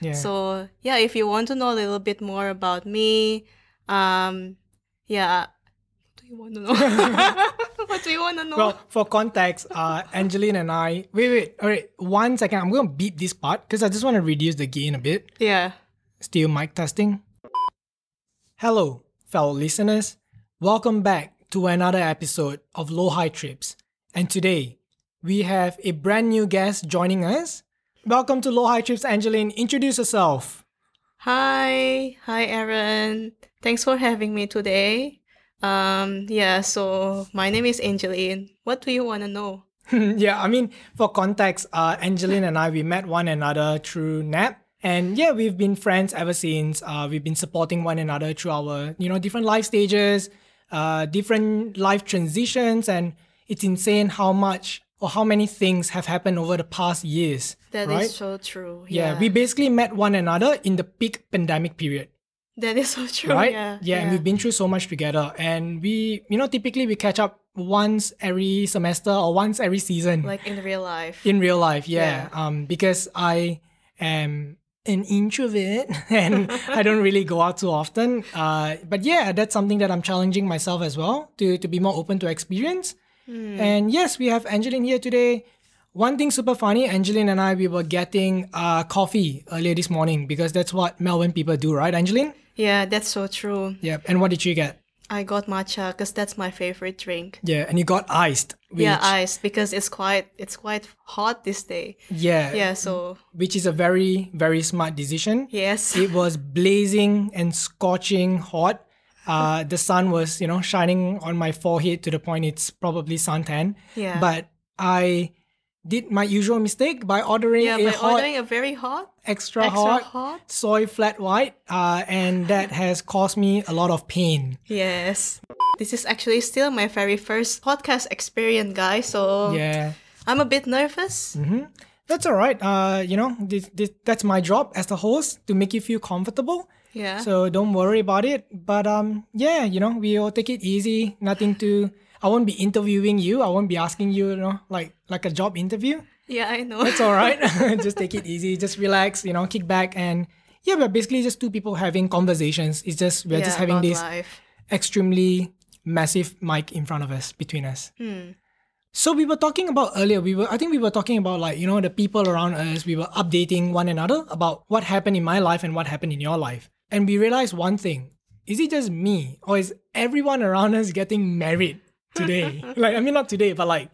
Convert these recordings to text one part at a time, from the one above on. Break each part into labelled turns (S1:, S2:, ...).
S1: Yeah.
S2: So yeah, if you want to know a little bit more about me, um, yeah, what do you want to know? what do you want to know?
S1: well, for context, uh, Angeline and I. Wait, wait, all right. One second. I'm going to beep this part because I just want to reduce the gain a bit.
S2: yeah,
S1: Still mic testing. Hello, fellow listeners. Welcome back to another episode of Low High Trips. And today, we have a brand new guest joining us. Welcome to Low High Trips, Angeline. Introduce yourself.
S2: hi, hi, Aaron. Thanks for having me today. Um, yeah. So my name is Angeline. What do you want to know?
S1: yeah, I mean, for context, uh, Angeline and I, we met one another through NAP. And yeah, we've been friends ever since. Uh, we've been supporting one another through our, you know, different life stages, uh, different life transitions. And it's insane how much or how many things have happened over the past years.
S2: That is
S1: right?
S2: so true.
S1: yeah. we basically met one another in the peak pandemic period
S2: that is so true.
S1: right?
S2: Oh, Yeah,
S1: and we've been through so much together. And we, you know, typically we catch up once every semester or once every season
S2: like in real life.
S1: in real life yeah, um because i am an introvert and i don't really go out too often uh but yeah that's something that i'm challenging myself as well to to be more open to experience and yes we have angeline here today one thing super funny angeline and i we were getting uh coffee earlier this morning because that's what melbourne people do right angeline
S2: Yeah, that's so true.
S1: yeah and what did you get
S2: I got matcha because that's my favorite drink.
S1: yeah and you got iced which,
S2: yeah, ice because it's quite it's quite hot this day.
S1: yeah
S2: Yeah, so
S1: which is a very very smart decision
S2: yes,
S1: it was blazing and scorching hot. Uh, the sun was, you know, shining on my forehead to the point it's probably suntan.
S2: Yeah.
S1: But I did my usual mistake by ordering
S2: yeah,
S1: a
S2: by
S1: hot,
S2: ordering a very hot,
S1: extra,
S2: extra
S1: hot,
S2: hot?
S1: soy flat white, uh, and that has caused me a lot of pain.
S2: yes. This is actually still my very first podcast experience, guys. So
S1: Yeah. Mm-hmm.
S2: I'm a bit nervous.
S1: That's all right. Uh, you know, this, this, that's my job as the host to make you feel comfortable.
S2: Yeah,
S1: So don't worry about it. But um, yeah, you know, we'll take it easy. Nothing to. I won't be interviewing you. I won't be asking you, you know, like like a job interview.
S2: yeah, I know.
S1: It's all right. just take it easy. Just relax. You know, kick back and yeah, we're basically just two people having conversations. It's just we're
S2: yeah,
S1: just having
S2: about
S1: this
S2: life.
S1: extremely massive mic in front of us between us. So we were talking about earlier. We were, I think, we were talking about like you know the people around us. We were updating one another about what happened in my life and what happened in your life, and we realized one thing: is it just me, or is everyone around us getting married today? like, I mean, not today, but like,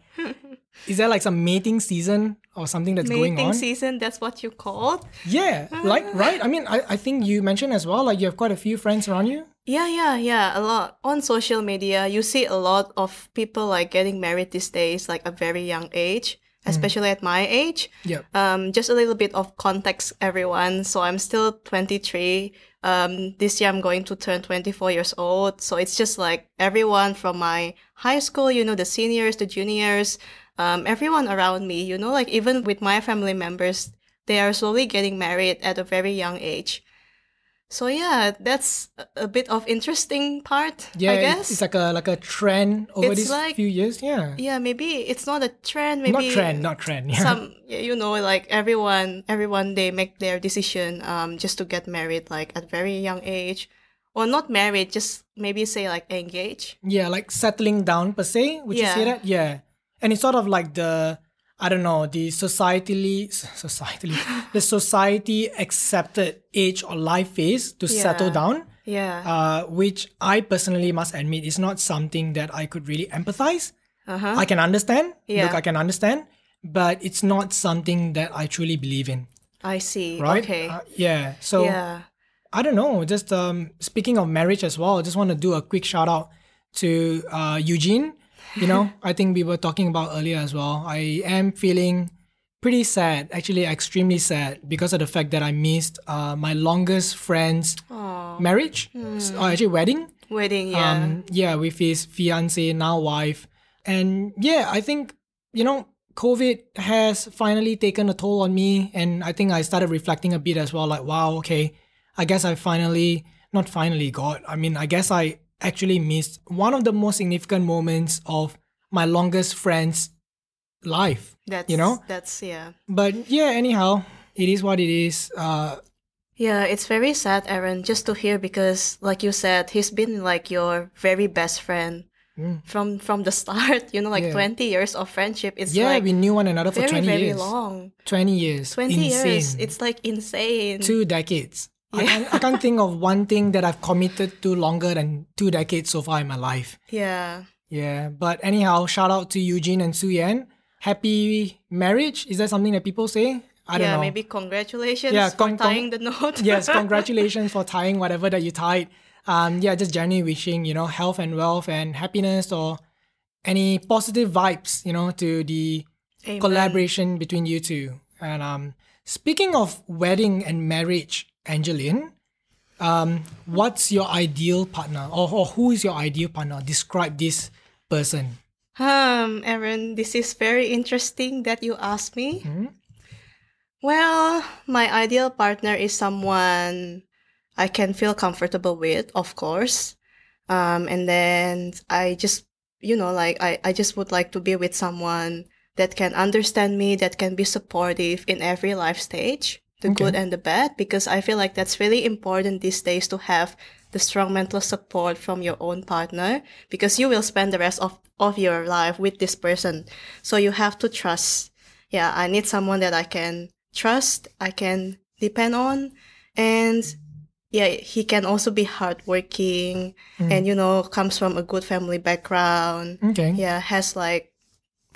S1: is there like some mating season or something that's going
S2: Mating
S1: on?
S2: season, that's what you called.
S1: yeah, like right. I mean, I, I think you mentioned as well. Like, you have quite a few friends around you.
S2: Yeah, yeah, yeah, a lot. On social media, you see a lot of people like getting married these days, like a very young age,
S1: Mm.
S2: especially at my age.
S1: Yep.
S2: Um, just a little bit of context, everyone. So I'm still 23. Um, this year I'm going to turn 24 years old. So it's just like everyone from my high school, you know, the seniors, the juniors, um, everyone around me, you know, like even with my family members, they are slowly getting married at a very young age. So yeah, that's a- a bit of interesting part,
S1: Yeah,
S2: I
S1: it's-
S2: guess.
S1: it's like a like a trend over
S2: It's
S1: these
S2: like-
S1: few years. Yeah,
S2: yeah, maybe it's not a trend. Maybe
S1: not trend, not trend. Yeah,
S2: some yeah, you know like everyone everyone they make their decision um just to get married like at very young age or not married just maybe say like engage
S1: yeah, like settling down per se. Would you say
S2: Yeah.
S1: that? Yeah, and it's sort of like the I don't know the societally societally the society accepted age or life phase to settle
S2: Yeah.
S1: down.
S2: yeah
S1: Uh, which I personally must admit is not something that I could really empathize.
S2: uh-huh
S1: I can understand.
S2: Yeah.
S1: Look, I can understand, but it's not something that I truly believe in.
S2: i see
S1: Right?
S2: okay
S1: Uh, yeah. So.
S2: yeah
S1: I don't know. Just um, speaking of marriage as well, I just want to do a quick shout out to uh, Eugene. You know, I think we were talking about earlier as well. I am feeling pretty sad, actually, extremely sad because of the fact that I missed uh, my longest friend's marriage, s- or actually, wedding.
S2: wedding yeah
S1: Um, yeah, with his fiance, now wife. And yeah, I think, you know, COVID has finally taken a toll on me. And I think I started reflecting a bit as well like, wow, okay, I guess I finally, not finally, God, I mean, I guess I actually missed one of the most significant moments of my longest friend's life.
S2: that's
S1: you know?
S2: that's yeah
S1: But yeah, anyhow, it is what it is. Uh,
S2: Yeah, it's very sad, Aaron, just to hear because, like you said, he's been like your very best friend
S1: Mm.
S2: from from the start. You know, like
S1: Yeah.
S2: twenty years of friendship. It's
S1: yeah,
S2: like
S1: we knew one another for
S2: very
S1: 20
S2: very
S1: years.
S2: long.
S1: 20 years.
S2: Twenty
S1: Insane.
S2: years. It's like insane.
S1: two decades.
S2: Mm.
S1: I,
S2: Yeah.
S1: can't, I can't think of one thing that I've committed to longer than two decades so far in my life.
S2: yeah.
S1: Yeah, but anyhow, shout out to Eugene and Suyan. Happy marriage? Is that something that people say? I don't
S2: yeah.
S1: know.
S2: Maybe congratulations
S1: Yeah,
S2: for
S1: con- con-
S2: tying the knot.
S1: yes, congratulations for tying whatever that you tied. Um, yeah, just genuinely wishing you know health and wealth and happiness or any positive vibes you know to the
S2: Amen.
S1: collaboration between you two. And um, speaking of wedding and marriage, Angeline, um, what's your ideal partner or, or who is your ideal partner? Describe this person.
S2: Um, Aaron, this is very interesting that you asked me.
S1: Mm-hmm.
S2: Well, my ideal partner is someone I can feel comfortable with, of course. Um, and then I just, you know, like I, I just would like to be with someone that can understand me, that can be supportive in every life stage, the
S1: Okay.
S2: good and the bad, because I feel like that's really important these days to have the strong mental support from your own partner because you will spend the rest of, of your life with this person. So you have to trust yeah, I need someone that I can trust, I can depend on, and yeah, he can also be hardworking
S1: Mm.
S2: and you know comes from a good family background.
S1: Okay.
S2: Yeah, has like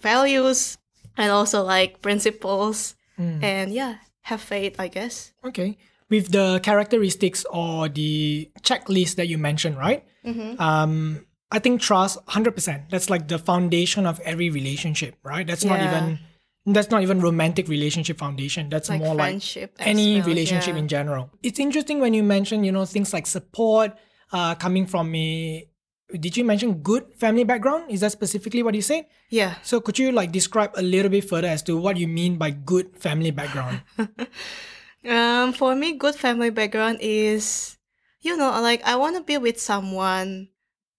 S2: values and also like principles,
S1: Mm.
S2: and yeah, have faith, I guess.
S1: Okay. With the characteristics or the checklist that you mentioned, right?
S2: Mm-hmm.
S1: Um, I think trust, hundred percent. That's like the foundation of every relationship, right? That's not
S2: Yeah.
S1: even that's not even romantic relationship foundation. That's
S2: Like
S1: more
S2: friendship as
S1: like any
S2: well,
S1: relationship
S2: yeah.
S1: in general. It's interesting when you mention, you know, things like support uh, coming from a. Did you mention good family background? Is that specifically what you said?
S2: Yeah.
S1: So could you like describe a little bit further as to what you mean by good family background?
S2: Um, for me, good family background is, you know, like I want to be with someone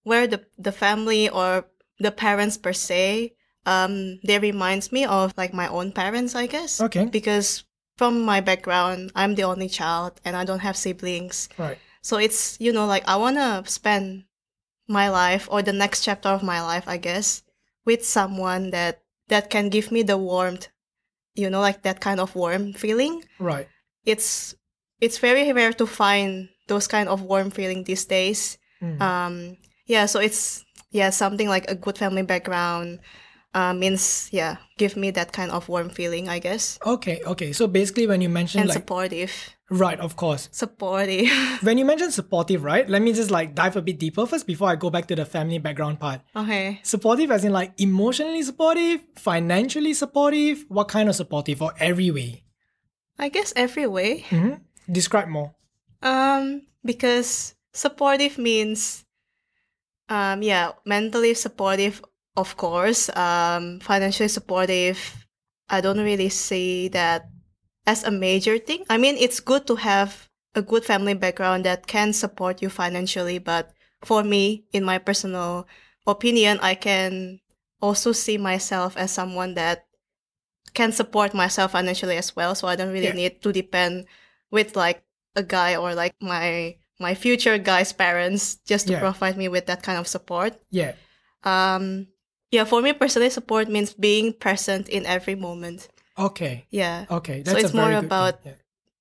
S2: where the the family or the parents per se, um, they reminds me of like my own parents, I guess.
S1: Okay.
S2: Because from my background, I'm the only child and I don't have siblings.
S1: right.
S2: So it's, you know, like I want to spend my life or the next chapter of my life, I guess, with someone that that can give me the warmth, you know, like that kind of warm feeling
S1: Right.
S2: it's it's very rare to find those kind of warm feeling these days.
S1: Mm.
S2: Um, yeah, so it's yeah something like a good family background uh, means yeah give me that kind of warm feeling I guess
S1: Okay, okay. So basically, when you mention
S2: and
S1: like
S2: supportive
S1: right, of course.
S2: supportive
S1: When you mention supportive, right? Let me just like dive a bit deeper first before I go back to the family background part.
S2: okay
S1: Supportive, as in like emotionally supportive, financially supportive. What kind of supportive or every way?
S2: I guess every way
S1: Mhm.
S2: Mm-hmm.
S1: Describe more.
S2: um because supportive means um yeah mentally supportive of course um financially supportive I don't really see that as a major thing. I mean, it's good to have a good family background that can support you financially, but for me, in my personal opinion, I can also see myself as someone that can support myself financially as well. So I don't really
S1: Yeah.
S2: need to depend with like a guy or like my my future guy's parents just to
S1: Yeah.
S2: provide me with that kind of support
S1: Yeah.
S2: um yeah for me personally support means being present in every moment
S1: Okay.
S2: yeah
S1: Okay.
S2: So
S1: That's
S2: it's
S1: a very
S2: more
S1: good point.
S2: about-
S1: Yeah.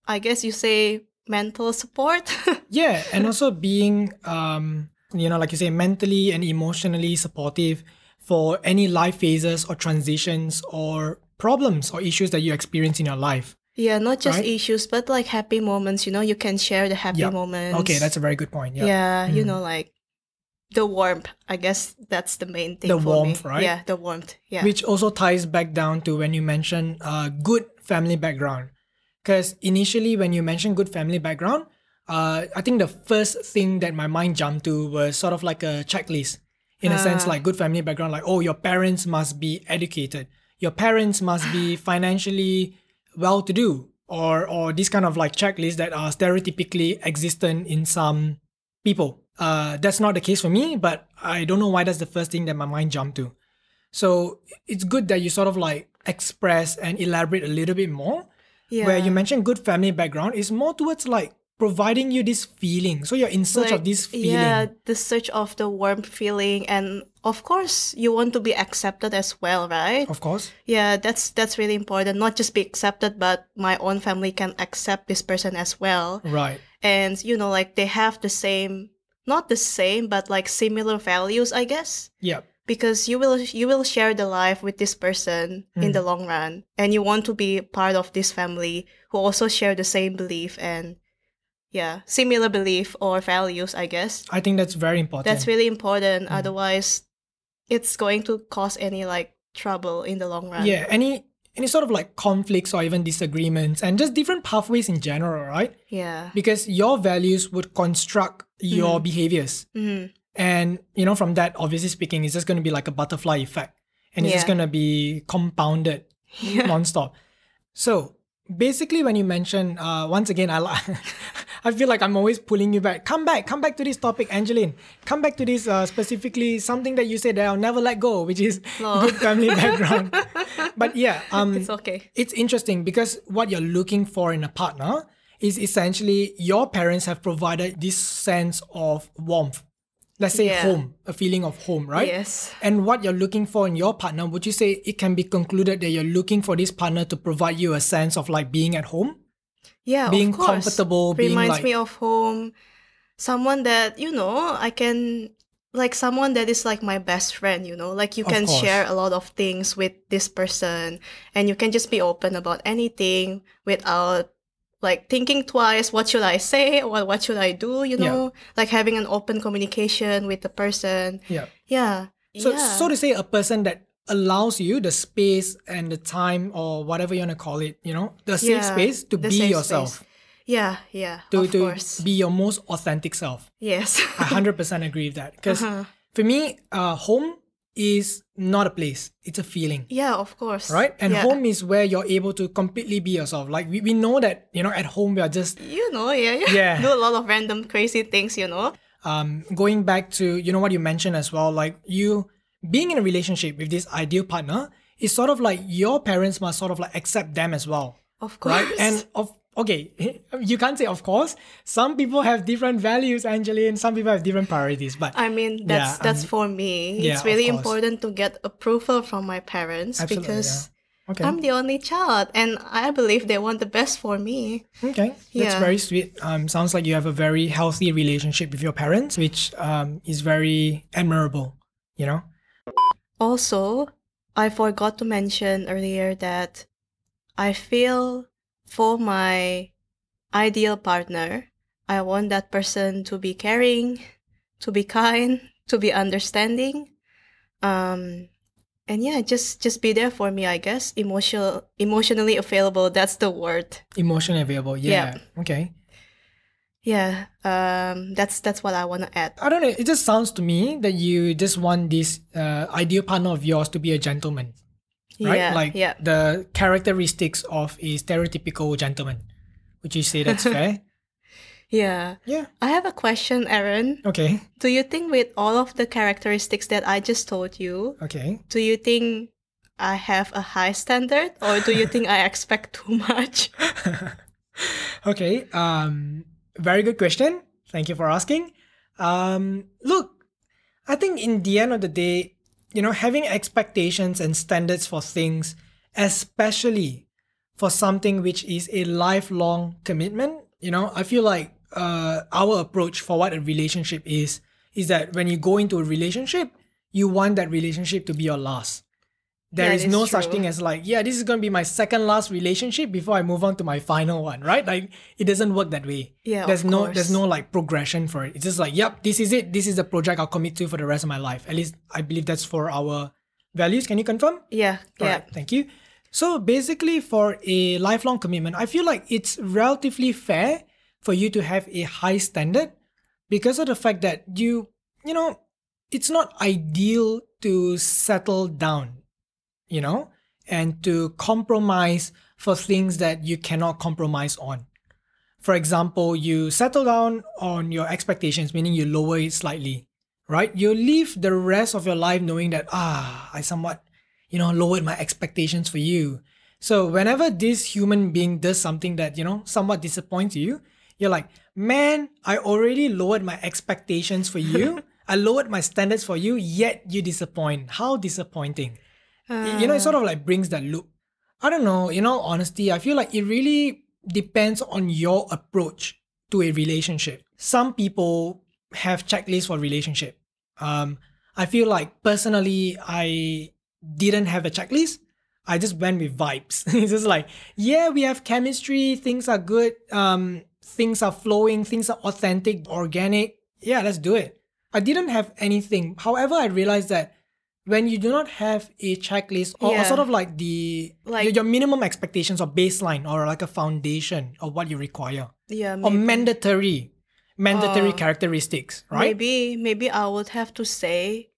S2: i guess you say mental support
S1: Yeah, and also being, um, you know, like you say, mentally and emotionally supportive for any life phases or transitions or problems or issues that you experience in your life.
S2: yeah not just
S1: Right.
S2: issues but like happy moments you know you can share the happy
S1: Yeah.
S2: moments
S1: Okay, that's Mm. a very good point. Yeah.
S2: yeah you know like the warmth i guess that's the main thing
S1: The
S2: for
S1: warmth,
S2: me.
S1: right?
S2: yeah the warmth yeah
S1: Which also ties back down to when you mention uh, good family background. Because initially, when you mentioned good family background, uh, I think the first thing that my mind jumped to was sort of like a checklist. In a sense, like good family background, like, oh, your parents must be educated, your parents must be financially well to do, or, or this kind of like checklists that are stereotypically existent in some people. Uh, that's not the case for me, but I don't know why that's the first thing that my mind jumped to. So it's good that you sort of like express and elaborate a little bit more where you
S2: Yeah.
S1: mentioned good family background is more towards like providing you this feeling. So you're in search of
S2: Like,
S1: this feeling.
S2: Yeah, the search of the warm feeling, and of course, you want to be accepted as well, right?
S1: Of course.
S2: Yeah, that's that's really important. Not just be accepted, but my own family can accept this person as well.
S1: Right.
S2: And you know, like they have the same, not the same, but like similar values, I guess.
S1: Yeah.
S2: Because you will you will share the life with this person in
S1: Mm.
S2: the long run, and you want to be part of this family who also share the same belief and yeah, similar belief or values, I guess.
S1: I think that's very important.
S2: That's really
S1: Mm.
S2: important. Otherwise, it's going to cause any like trouble in the long run.
S1: yeah. Any any sort of like conflicts or even disagreements and just different pathways in general, right?
S2: Yeah.
S1: Because your values would construct your
S2: Mm-hmm.
S1: behaviors.
S2: Mhm.
S1: And you know, from that, obviously speaking, it's just going to be like a butterfly effect, and it's just
S2: Yeah.
S1: going to be compounded nonstop. So basically, when you mention uh, once again, I li- I feel like I'm always pulling you back. Come back, come back to this topic, Angeline. Come back to this uh, specifically something that you said that I'll never let go, which is
S2: Lol.
S1: good family background. but yeah, um,
S2: It's okay.
S1: it's interesting because what you're looking for in a partner is essentially your parents have provided this sense of warmth. Let's say
S2: Yeah.
S1: home, a feeling of home, right?
S2: Yes.
S1: And what you're looking for in your partner, would you say it can be concluded that you're looking for this partner to provide you a sense of like being at home?
S2: Yeah.
S1: Being
S2: of course.
S1: comfortable, being,
S2: reminds
S1: like-
S2: me of home. Someone that you know, I can like someone that is like my best friend. You know, like you
S1: Of
S2: can
S1: course.
S2: share a lot of things with this person, and you can just be open about anything without like thinking twice. What should I say? Or what should I do? You
S1: Yeah.
S2: know, like having an open communication with the person.
S1: Yeah.
S2: Yeah.
S1: So,
S2: yeah.
S1: so to say, a person that allows you the space and the time or whatever you want to call it, you know, the safe
S2: Yeah,
S1: space to
S2: the
S1: be
S2: safe
S1: yourself,
S2: space. Yeah, yeah.
S1: to,
S2: of course.
S1: to be Ah. your most authentic self.
S2: yes.
S1: I 100% agree with that. Because
S2: Uh-huh.
S1: for me, uh, home is not a place, it's a feeling.
S2: yeah, of course.
S1: Right? And
S2: yeah.
S1: home is where you're able to completely be yourself. Like, we, we know that, you know, at home we are just
S2: You know, yeah, yeah.
S1: Yeah.
S2: Do a lot of random crazy things, you know.
S1: um, going back to you know what you mentioned as well like you being in a relationship with this ideal partner is sort of like your parents must sort of like accept them as well
S2: Of course.
S1: right and of okay you can't say of course some people have different values angeline some people have different priorities but
S2: I mean, that's
S1: Yeah,
S2: that's
S1: um,
S2: for me.
S1: yeah,
S2: it's
S1: of
S2: really
S1: course.
S2: important to get approval from my parents
S1: Absolutely,
S2: because
S1: yeah. okay
S2: I'm the only child and I believe they want the best for me.
S1: okay that's
S2: Yeah.
S1: very sweet um, sounds like you have a very healthy relationship with your parents which um, is very admirable you know
S2: Also, I forgot to mention earlier that I feel for my ideal partner, I want that person to be caring, to be kind, to be understanding. Um and yeah, just just be there for me, I guess. Emotional emotionally available, that's the word.
S1: emotion available yeah. okay
S2: Yeah. Um that's that's what I want to add.
S1: I don't know. It just sounds to me that you just want this uh, ideal partner of yours to be a gentleman, right?
S2: Yeah.
S1: like
S2: yeah.
S1: the characteristics of a stereotypical gentleman. Would you say that's fair?
S2: Yeah.
S1: yeah.
S2: I have a question, Aaron.
S1: Okay.
S2: Do you think with all of the characteristics that I just told you,
S1: Okay.
S2: do you think I have a high standard or do you think I expect too much?
S1: Okay. Um, very good question. Thank you for asking. Um, look, I think in the end of the day, you know, having expectations and standards for things, especially for something which is a lifelong commitment, you know, I feel like uh, our approach for what a relationship is is that when you go into a relationship, you want that relationship to be your last. There
S2: That
S1: is
S2: is
S1: no such
S2: true.
S1: thing as like, yeah, this is going to be my second last relationship before I move on to my final one, right? Like it doesn't work that way.
S2: Yeah,
S1: There's
S2: of
S1: no there's
S2: course.
S1: no like progression for it. It's just like, yep, this is it. This is the project I'll commit to for the rest of my life. At least I believe that's for our values. Can you confirm?
S2: Yeah, yeah.
S1: Alright, thank you. So basically, for a lifelong commitment, I feel like it's relatively fair for you to have a high standard because of the fact that you, you know, it's not ideal to settle down, you know, and to compromise for things that you cannot compromise on. For example, you settle down on your expectations, meaning you lower it slightly, right? You live the rest of your life knowing that, ah, I somewhat you know, lowered my expectations for you. So whenever this human being does something that, you know, somewhat disappoints you, you're like, man, I already lowered my expectations for you. I lowered my standards for you, yet you disappoint. How disappointing. Y- you know, it sort of like brings that loop. I don't know, in all honesty, I feel like it really depends on your approach to a relationship. Some people have checklists for relationship. Um, I feel like personally, I didn't have a checklist. I just went with vibes. it's just like, yeah, we have chemistry, things are good, um, things are flowing, things are authentic, organic. Yeah, let's do it. I didn't have anything. However, I realized that when you do not have a checklist or, or
S2: Yeah.
S1: sort of like the
S2: Like-
S1: your, your minimum expectations or baseline or like a foundation of what you require
S2: Yeah,
S1: or
S2: maybe,
S1: mandatory mandatory
S2: Oh.
S1: characteristics, right?
S2: maybe maybe I would have to say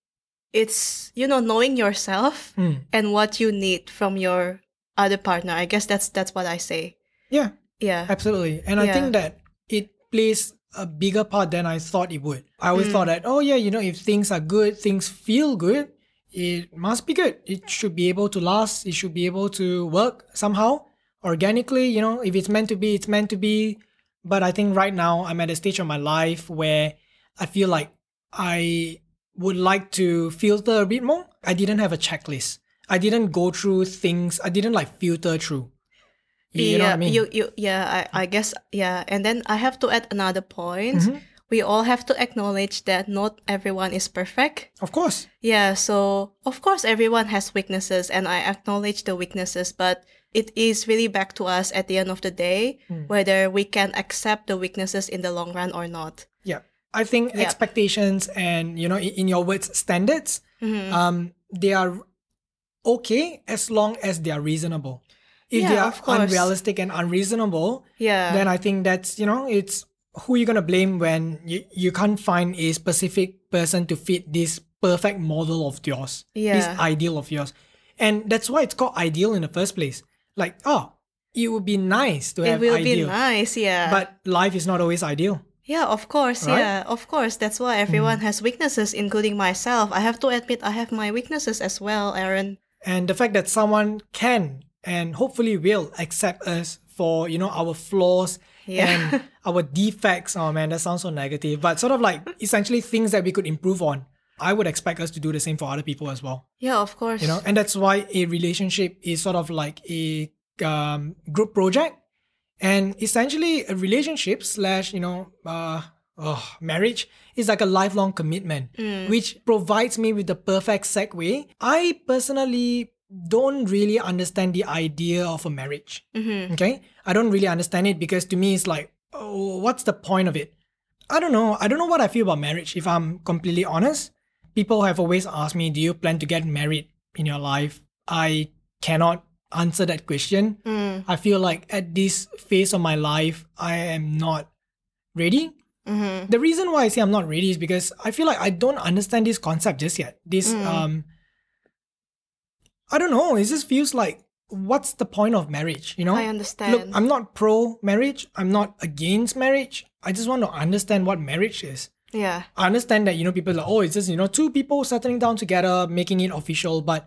S2: it's you know knowing yourself
S1: Mm.
S2: and what you need from your other partner. I guess that's that's what I say.
S1: Yeah.
S2: Yeah.
S1: Uh, Absolutely. And I
S2: Yeah.
S1: think that it plays a bigger part than I thought it would. I always
S2: Mm.
S1: thought that, oh, yeah, you know, if things are good, things feel good, it must be good. It should be able to last, it should be able to work somehow organically. You know, if it's meant to be, it's meant to be. But I think right now I'm at a stage of my life where I feel like I would like to filter a bit more. I didn't have a checklist. I didn't go through things. I didn't like filter through. You
S2: yeah,
S1: know what I mean?
S2: You, you, yeah, I, I guess, yeah. And then I have to add another point.
S1: Mm-hmm.
S2: We all have to acknowledge that not everyone is perfect.
S1: of course.
S2: Yeah, so of course everyone has weaknesses, and I acknowledge the weaknesses, but it is really back to us at the end of the day
S1: Hmm.
S2: whether we can accept the weaknesses in the long run or not.
S1: Yeah, I think
S2: Yeah.
S1: expectations and you know, i- in your words, standards,
S2: Mhm.
S1: um, they are okay as long as they are reasonable. If they
S2: Yeah,
S1: are
S2: of course.
S1: unrealistic and unreasonable,
S2: Yeah.
S1: then I think that's you know, it's who you're gonna blame when you, you can't find a specific person to fit this perfect model of yours, this
S2: Yeah.
S1: ideal of yours, and that's why it's called ideal in the first place. Like, oh, it would be nice to
S2: it
S1: have
S2: will
S1: ideal,
S2: be nice, yeah.
S1: but life is not always ideal.
S2: Yeah, of course.
S1: Right?
S2: Yeah, of course. That's why everyone
S1: Hmm.
S2: has weaknesses, including myself. I have to admit I have my weaknesses as well, Aaron.
S1: and the fact that someone can and hopefully will accept us for you know our flaws
S2: Yeah.
S1: and our defects oh man that sounds so negative but sort of like essentially things that we could improve on i would expect us to do the same for other people as well
S2: Yeah, of course.
S1: you know and that's why a relationship is sort of like a um, group project and essentially a relationship slash you know uh, oh, marriage is like a lifelong commitment which provides me with the perfect segue i personally don't really understand the idea of a marriage okay i don't really understand it because to me it's like oh, what's the point of it I don't know. I don't know what I feel about marriage, if I'm completely honest. People have always asked me, Do you plan to get married in your life? I cannot answer that question. I feel like at this phase of my life, I am not ready.
S2: Mm-hmm.
S1: The reason why I say I'm not ready is because I feel like I don't understand this concept just yet. This, um, I don't know. It just feels like, what's the point of marriage? You know,
S2: I understand.
S1: Look, I'm not pro marriage. I'm not against marriage. I just want to understand what marriage is.
S2: yeah.
S1: I understand that you know people are like, oh, it's just you know two people settling down together, making it official. But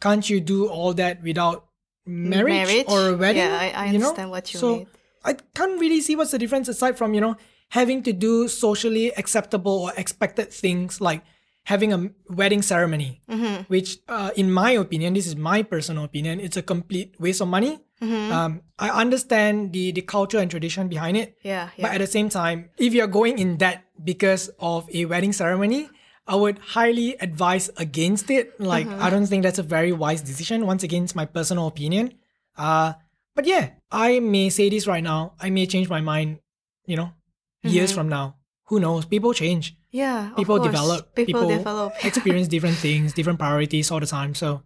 S1: can't you do all that without marriage,
S2: Marriage?
S1: or a wedding?
S2: Yeah, I- I
S1: you know?
S2: understand what you
S1: so
S2: mean.
S1: I can't really see what's the difference aside from you know having to do socially acceptable or expected things like having a wedding ceremony,
S2: Mm-hmm.
S1: which, uh, in my opinion, this is my personal opinion, it's a complete waste of money.
S2: Mm-hmm.
S1: Um, I understand the the culture and tradition behind it.
S2: Yeah. Yeah.
S1: But at the same time, if you're going in debt because of a wedding ceremony, I would highly advise against it. Like,
S2: Mm-hmm.
S1: I don't think that's a very wise decision. Once again, it's my personal opinion. Uh, but yeah, I may say this right now. I may change my mind, you know, years from now. Who knows? People change.
S2: yeah. Mm-hmm. of
S1: People
S2: course.
S1: develop.
S2: People, develop.
S1: experience different things, different priorities all the time. So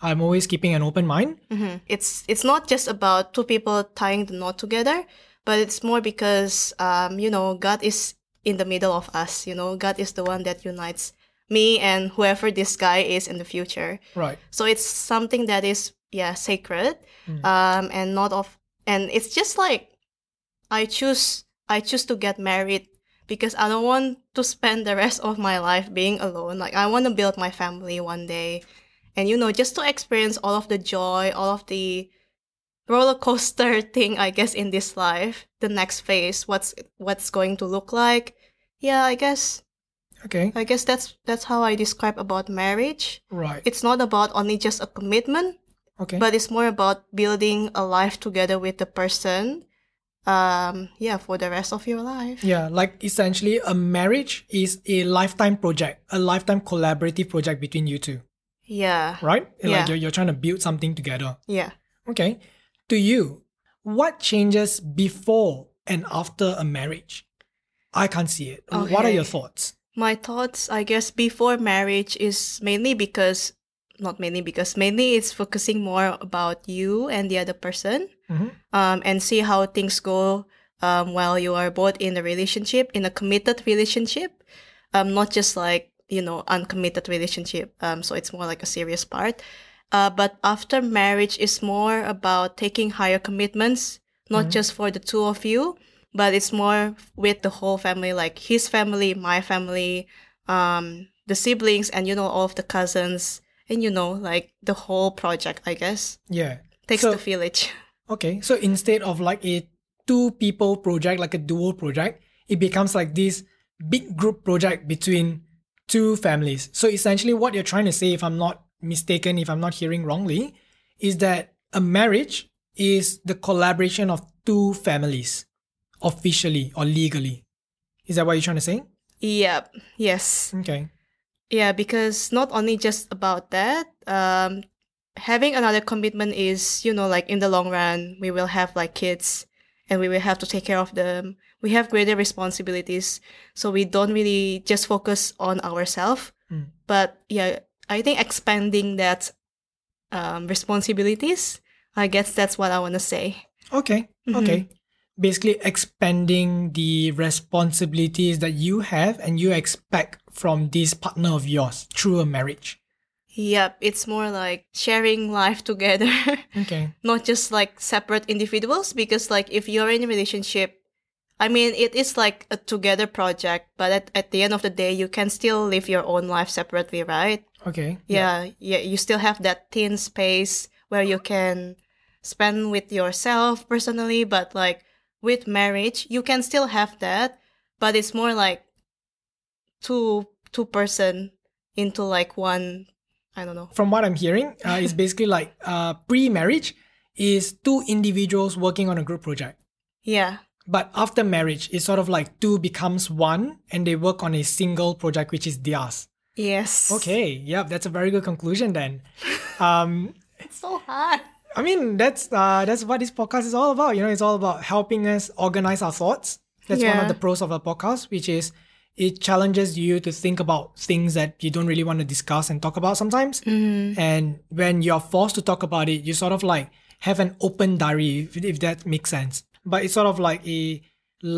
S1: I'm always keeping an open mind.
S2: Mhm. It's it's not just about two people tying the knot together, but it's more because um, you know, God is in the middle of us, you know, God is the one that unites me and whoever this guy is in the future.
S1: Right.
S2: So it's something that is yeah sacred, um, and not of and it's just like I choose I choose to get married because I don't want to spend the rest of my life being alone. Like I want to build my family one day, and you know just to experience all of the joy, all of the roller coaster thing, I guess, in this life. The next phase, what's what's going to look like? Yeah, I guess
S1: Okay.
S2: I guess that's that's how I describe about marriage.
S1: Right.
S2: It's not about only just a commitment,
S1: okay.
S2: but it's more about building a life together with the person. Um, yeah, for the rest of your life.
S1: yeah, like essentially a marriage is a lifetime project, a lifetime collaborative project between you two,
S2: Yeah,
S1: right?
S2: Yeah.
S1: Like you're, you're trying to build something together.
S2: yeah.
S1: Okay. To you, what changes before and after a marriage? I can't see it. What are
S2: Okay.
S1: your thoughts?
S2: My thoughts, I guess, before marriage is mainly because, not mainly because, mainly it's focusing more about you and the other person,
S1: Mhm.
S2: um, and see how things go um, while you are both in a relationship, in a committed relationship, um, not just like you know uncommitted relationship. Um, so it's more like a serious part. Uh, but after marriage is more about taking higher commitments, not just for the two of you, but it's more with the whole family, like his family, my family, um, the siblings, and you know all of the cousins, and you know like the whole project. I guess
S1: Yeah.
S2: takes
S1: So-
S2: the village.
S1: Okay. So instead of like a two people project, like a duo project, it becomes like this big group project between two families. So essentially, what you're trying to say, if I'm not mistaken, if I'm not hearing wrongly, is that a marriage is the collaboration of two families officially or legally. Is that what you're trying to say?
S2: Yep. Yes.
S1: Okay.
S2: Yeah, because not only just about that, um, having another commitment is, you know, like in the long run, we will have like kids and we will have to take care of them. We have greater responsibilities. So we don't really just focus on ourselves.
S1: Mm.
S2: But yeah, I think expanding that um, responsibilities, I guess that's what I want to say.
S1: Okay.
S2: Mhm.
S1: Okay. Basically, expanding the responsibilities that you have and you expect from this partner of yours through a marriage.
S2: Yep, it's more like sharing life together.
S1: Okay.
S2: not just like separate individuals because like if you're in a relationship i mean it is like a together project but at, at the end of the day you can still live your own life separately right
S1: Okay.
S2: yeah. yeah you still have that thin space where you can spend with yourself personally but like with marriage you can still have that but it's more like two two person into like one i don't know
S1: From what I'm hearing, uh, it's basically like uh, pre-marriage is two individuals working on a group project.
S2: yeah
S1: But after marriage, it's sort of like two becomes one and they work on a single project, which is theirs.
S2: yes
S1: Okay. Yep. That's a very good conclusion then. Um,
S2: it's so hard
S1: I mean, that's uh, that's what this podcast is all about. You know, it's all about helping us organize our thoughts. That's one of
S2: Yeah.
S1: the pros of a podcast, which is it challenges you to think about things that you don't really want to discuss and talk about sometimes.
S2: Mm-hmm.
S1: And when you're forced to talk about it, you sort of like have an open diary, if, if that makes sense. But it's sort of like a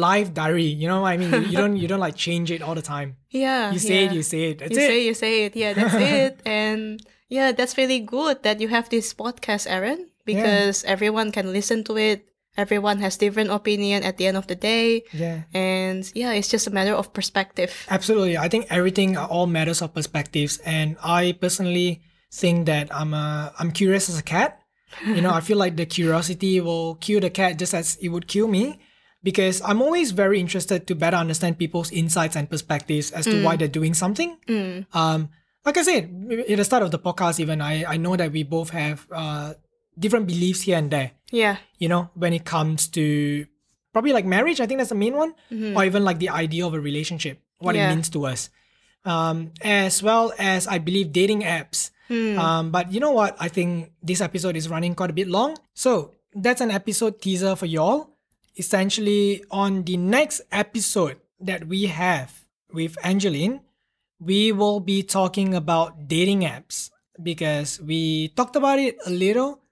S1: live diary. You know what I mean? You, you don't you don't like change it all the time.
S2: Yeah.
S1: You say
S2: yeah.
S1: it, you say it. That's
S2: You
S1: it.
S2: say you say it. Yeah, that's it. And yeah, that's really good that you have this podcast, Aaron, because everyone can listen to it. Everyone has different opinion at the end of the day.
S1: yeah.
S2: And yeah, it's just a matter of perspective.
S1: Absolutely. I think everything are all matters of perspectives. And I personally think that I'm a, I'm curious as a cat. You know, I feel like the curiosity will kill the cat just as it would kill me because I'm always very interested to better understand people's insights and perspectives as to why they're doing something. Um, like I said, at the start of the podcast, even I, I know that we both have uh, different beliefs here and there
S2: Yeah.
S1: you know, when it comes to probably like marriage, I think that's the main one, or even like the idea of a relationship, what
S2: Yeah.
S1: it means to us, um, as well as I believe dating apps. Um, but you know what? I think this episode is running quite a bit long, so that's an episode teaser for y'all. Essentially, on the next episode that we have with Angeline, we will be talking about dating apps because we talked about it a little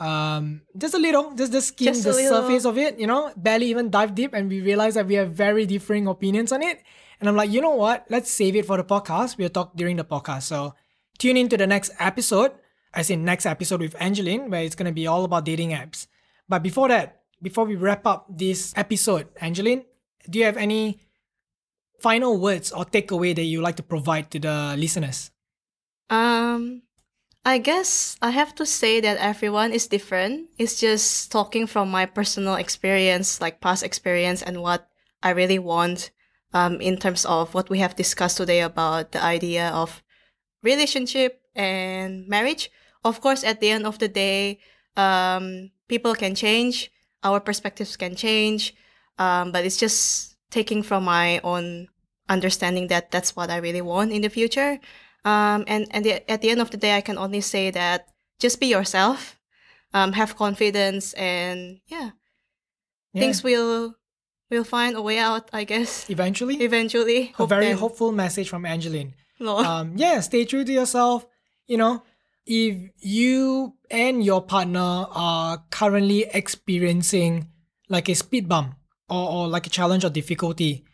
S1: um just a little just just skim
S2: Just
S1: the
S2: a little.
S1: surface of it you know barely even dive deep and we realized that we have very differing opinions on it and i'm like you know what let's save it for the podcast we'll talk during the podcast so tune in to the next episode i say next episode with angeline where it's going to be all about dating apps but before that before we wrap up this episode angeline do you have any final words or takeaway that you like to provide to the listeners
S2: Um I guess I have to say that everyone is different. It's just talking from my personal experience, like past experience, and what I really want um, in terms of what we have discussed today about the idea of relationship and marriage. Of course, at the end of the day, um, people can change, our perspectives can change, um, but it's just taking from my own understanding that that's what I really want in the future. Um, and and the, at the end of the day, I can only say that just be yourself, um, have confidence, and yeah,
S1: Yeah.
S2: things will will find a way out. I guess
S1: Eventually,
S2: eventually.
S1: a very
S2: then. Oh.
S1: hopeful message from Angeline.
S2: Lol.
S1: um, yeah, stay true to yourself. You know, if you and your partner are currently experiencing like a speed bump or, or like a challenge or difficulty,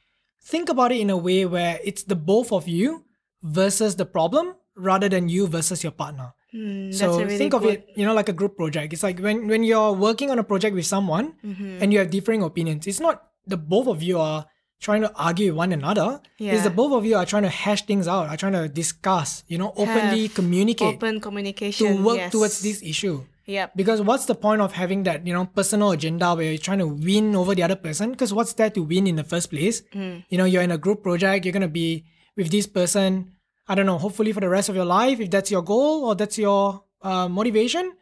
S1: think about it in a way where it's the both of you versus the problem rather than you versus your partner.
S2: Hmm,
S1: So
S2: that's a really
S1: think of
S2: good-
S1: it, you know, like a group project. It's like when, when you're working on a project with someone
S2: Mm-hmm.
S1: and you have differing opinions, it's not the both of you are trying to argue with one another. It's
S2: Yeah.
S1: the both of you are trying to hash things out, are trying to discuss, you know, openly
S2: Have
S1: communicate
S2: open
S1: to
S2: communication
S1: work
S2: yes.
S1: towards this issue.
S2: Yep.
S1: Because what's the point of having that, you know, personal agenda where you're trying to win over the other person? Because what's there to win in the first place? You know, you're in a group project, you're gonna be with this person, I don't know, hopefully for the rest of your life, if that's your goal or that's your uh, motivation.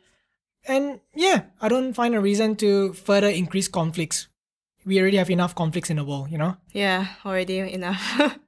S1: And yeah, I don't find a reason to further increase conflicts. We already have enough conflicts in the world, you know?
S2: Yeah. Already enough.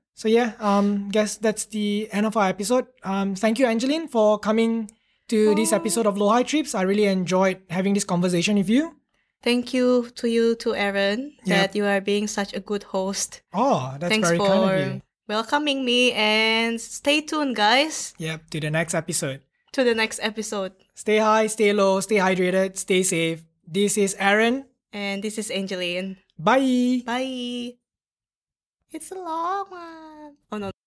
S1: So yeah, um, guess that's the end of our episode. Um, thank you, Angeline, for coming to
S2: Oh.
S1: this episode of Low High Trips. I really enjoyed having this conversation with you.
S2: Thank you to you to Aaron
S1: Yeah.
S2: that you are being such a good host.
S1: Oh, that's
S2: Thanks
S1: very
S2: for
S1: kind of you.
S2: welcoming me and stay tuned guys
S1: Yep, to the next episode.
S2: to the next episode.
S1: Stay high, stay low, stay hydrated, stay safe. This is Aaron.
S2: And this is Angeline.
S1: Bye.
S2: Bye. It's a long one. Oh no.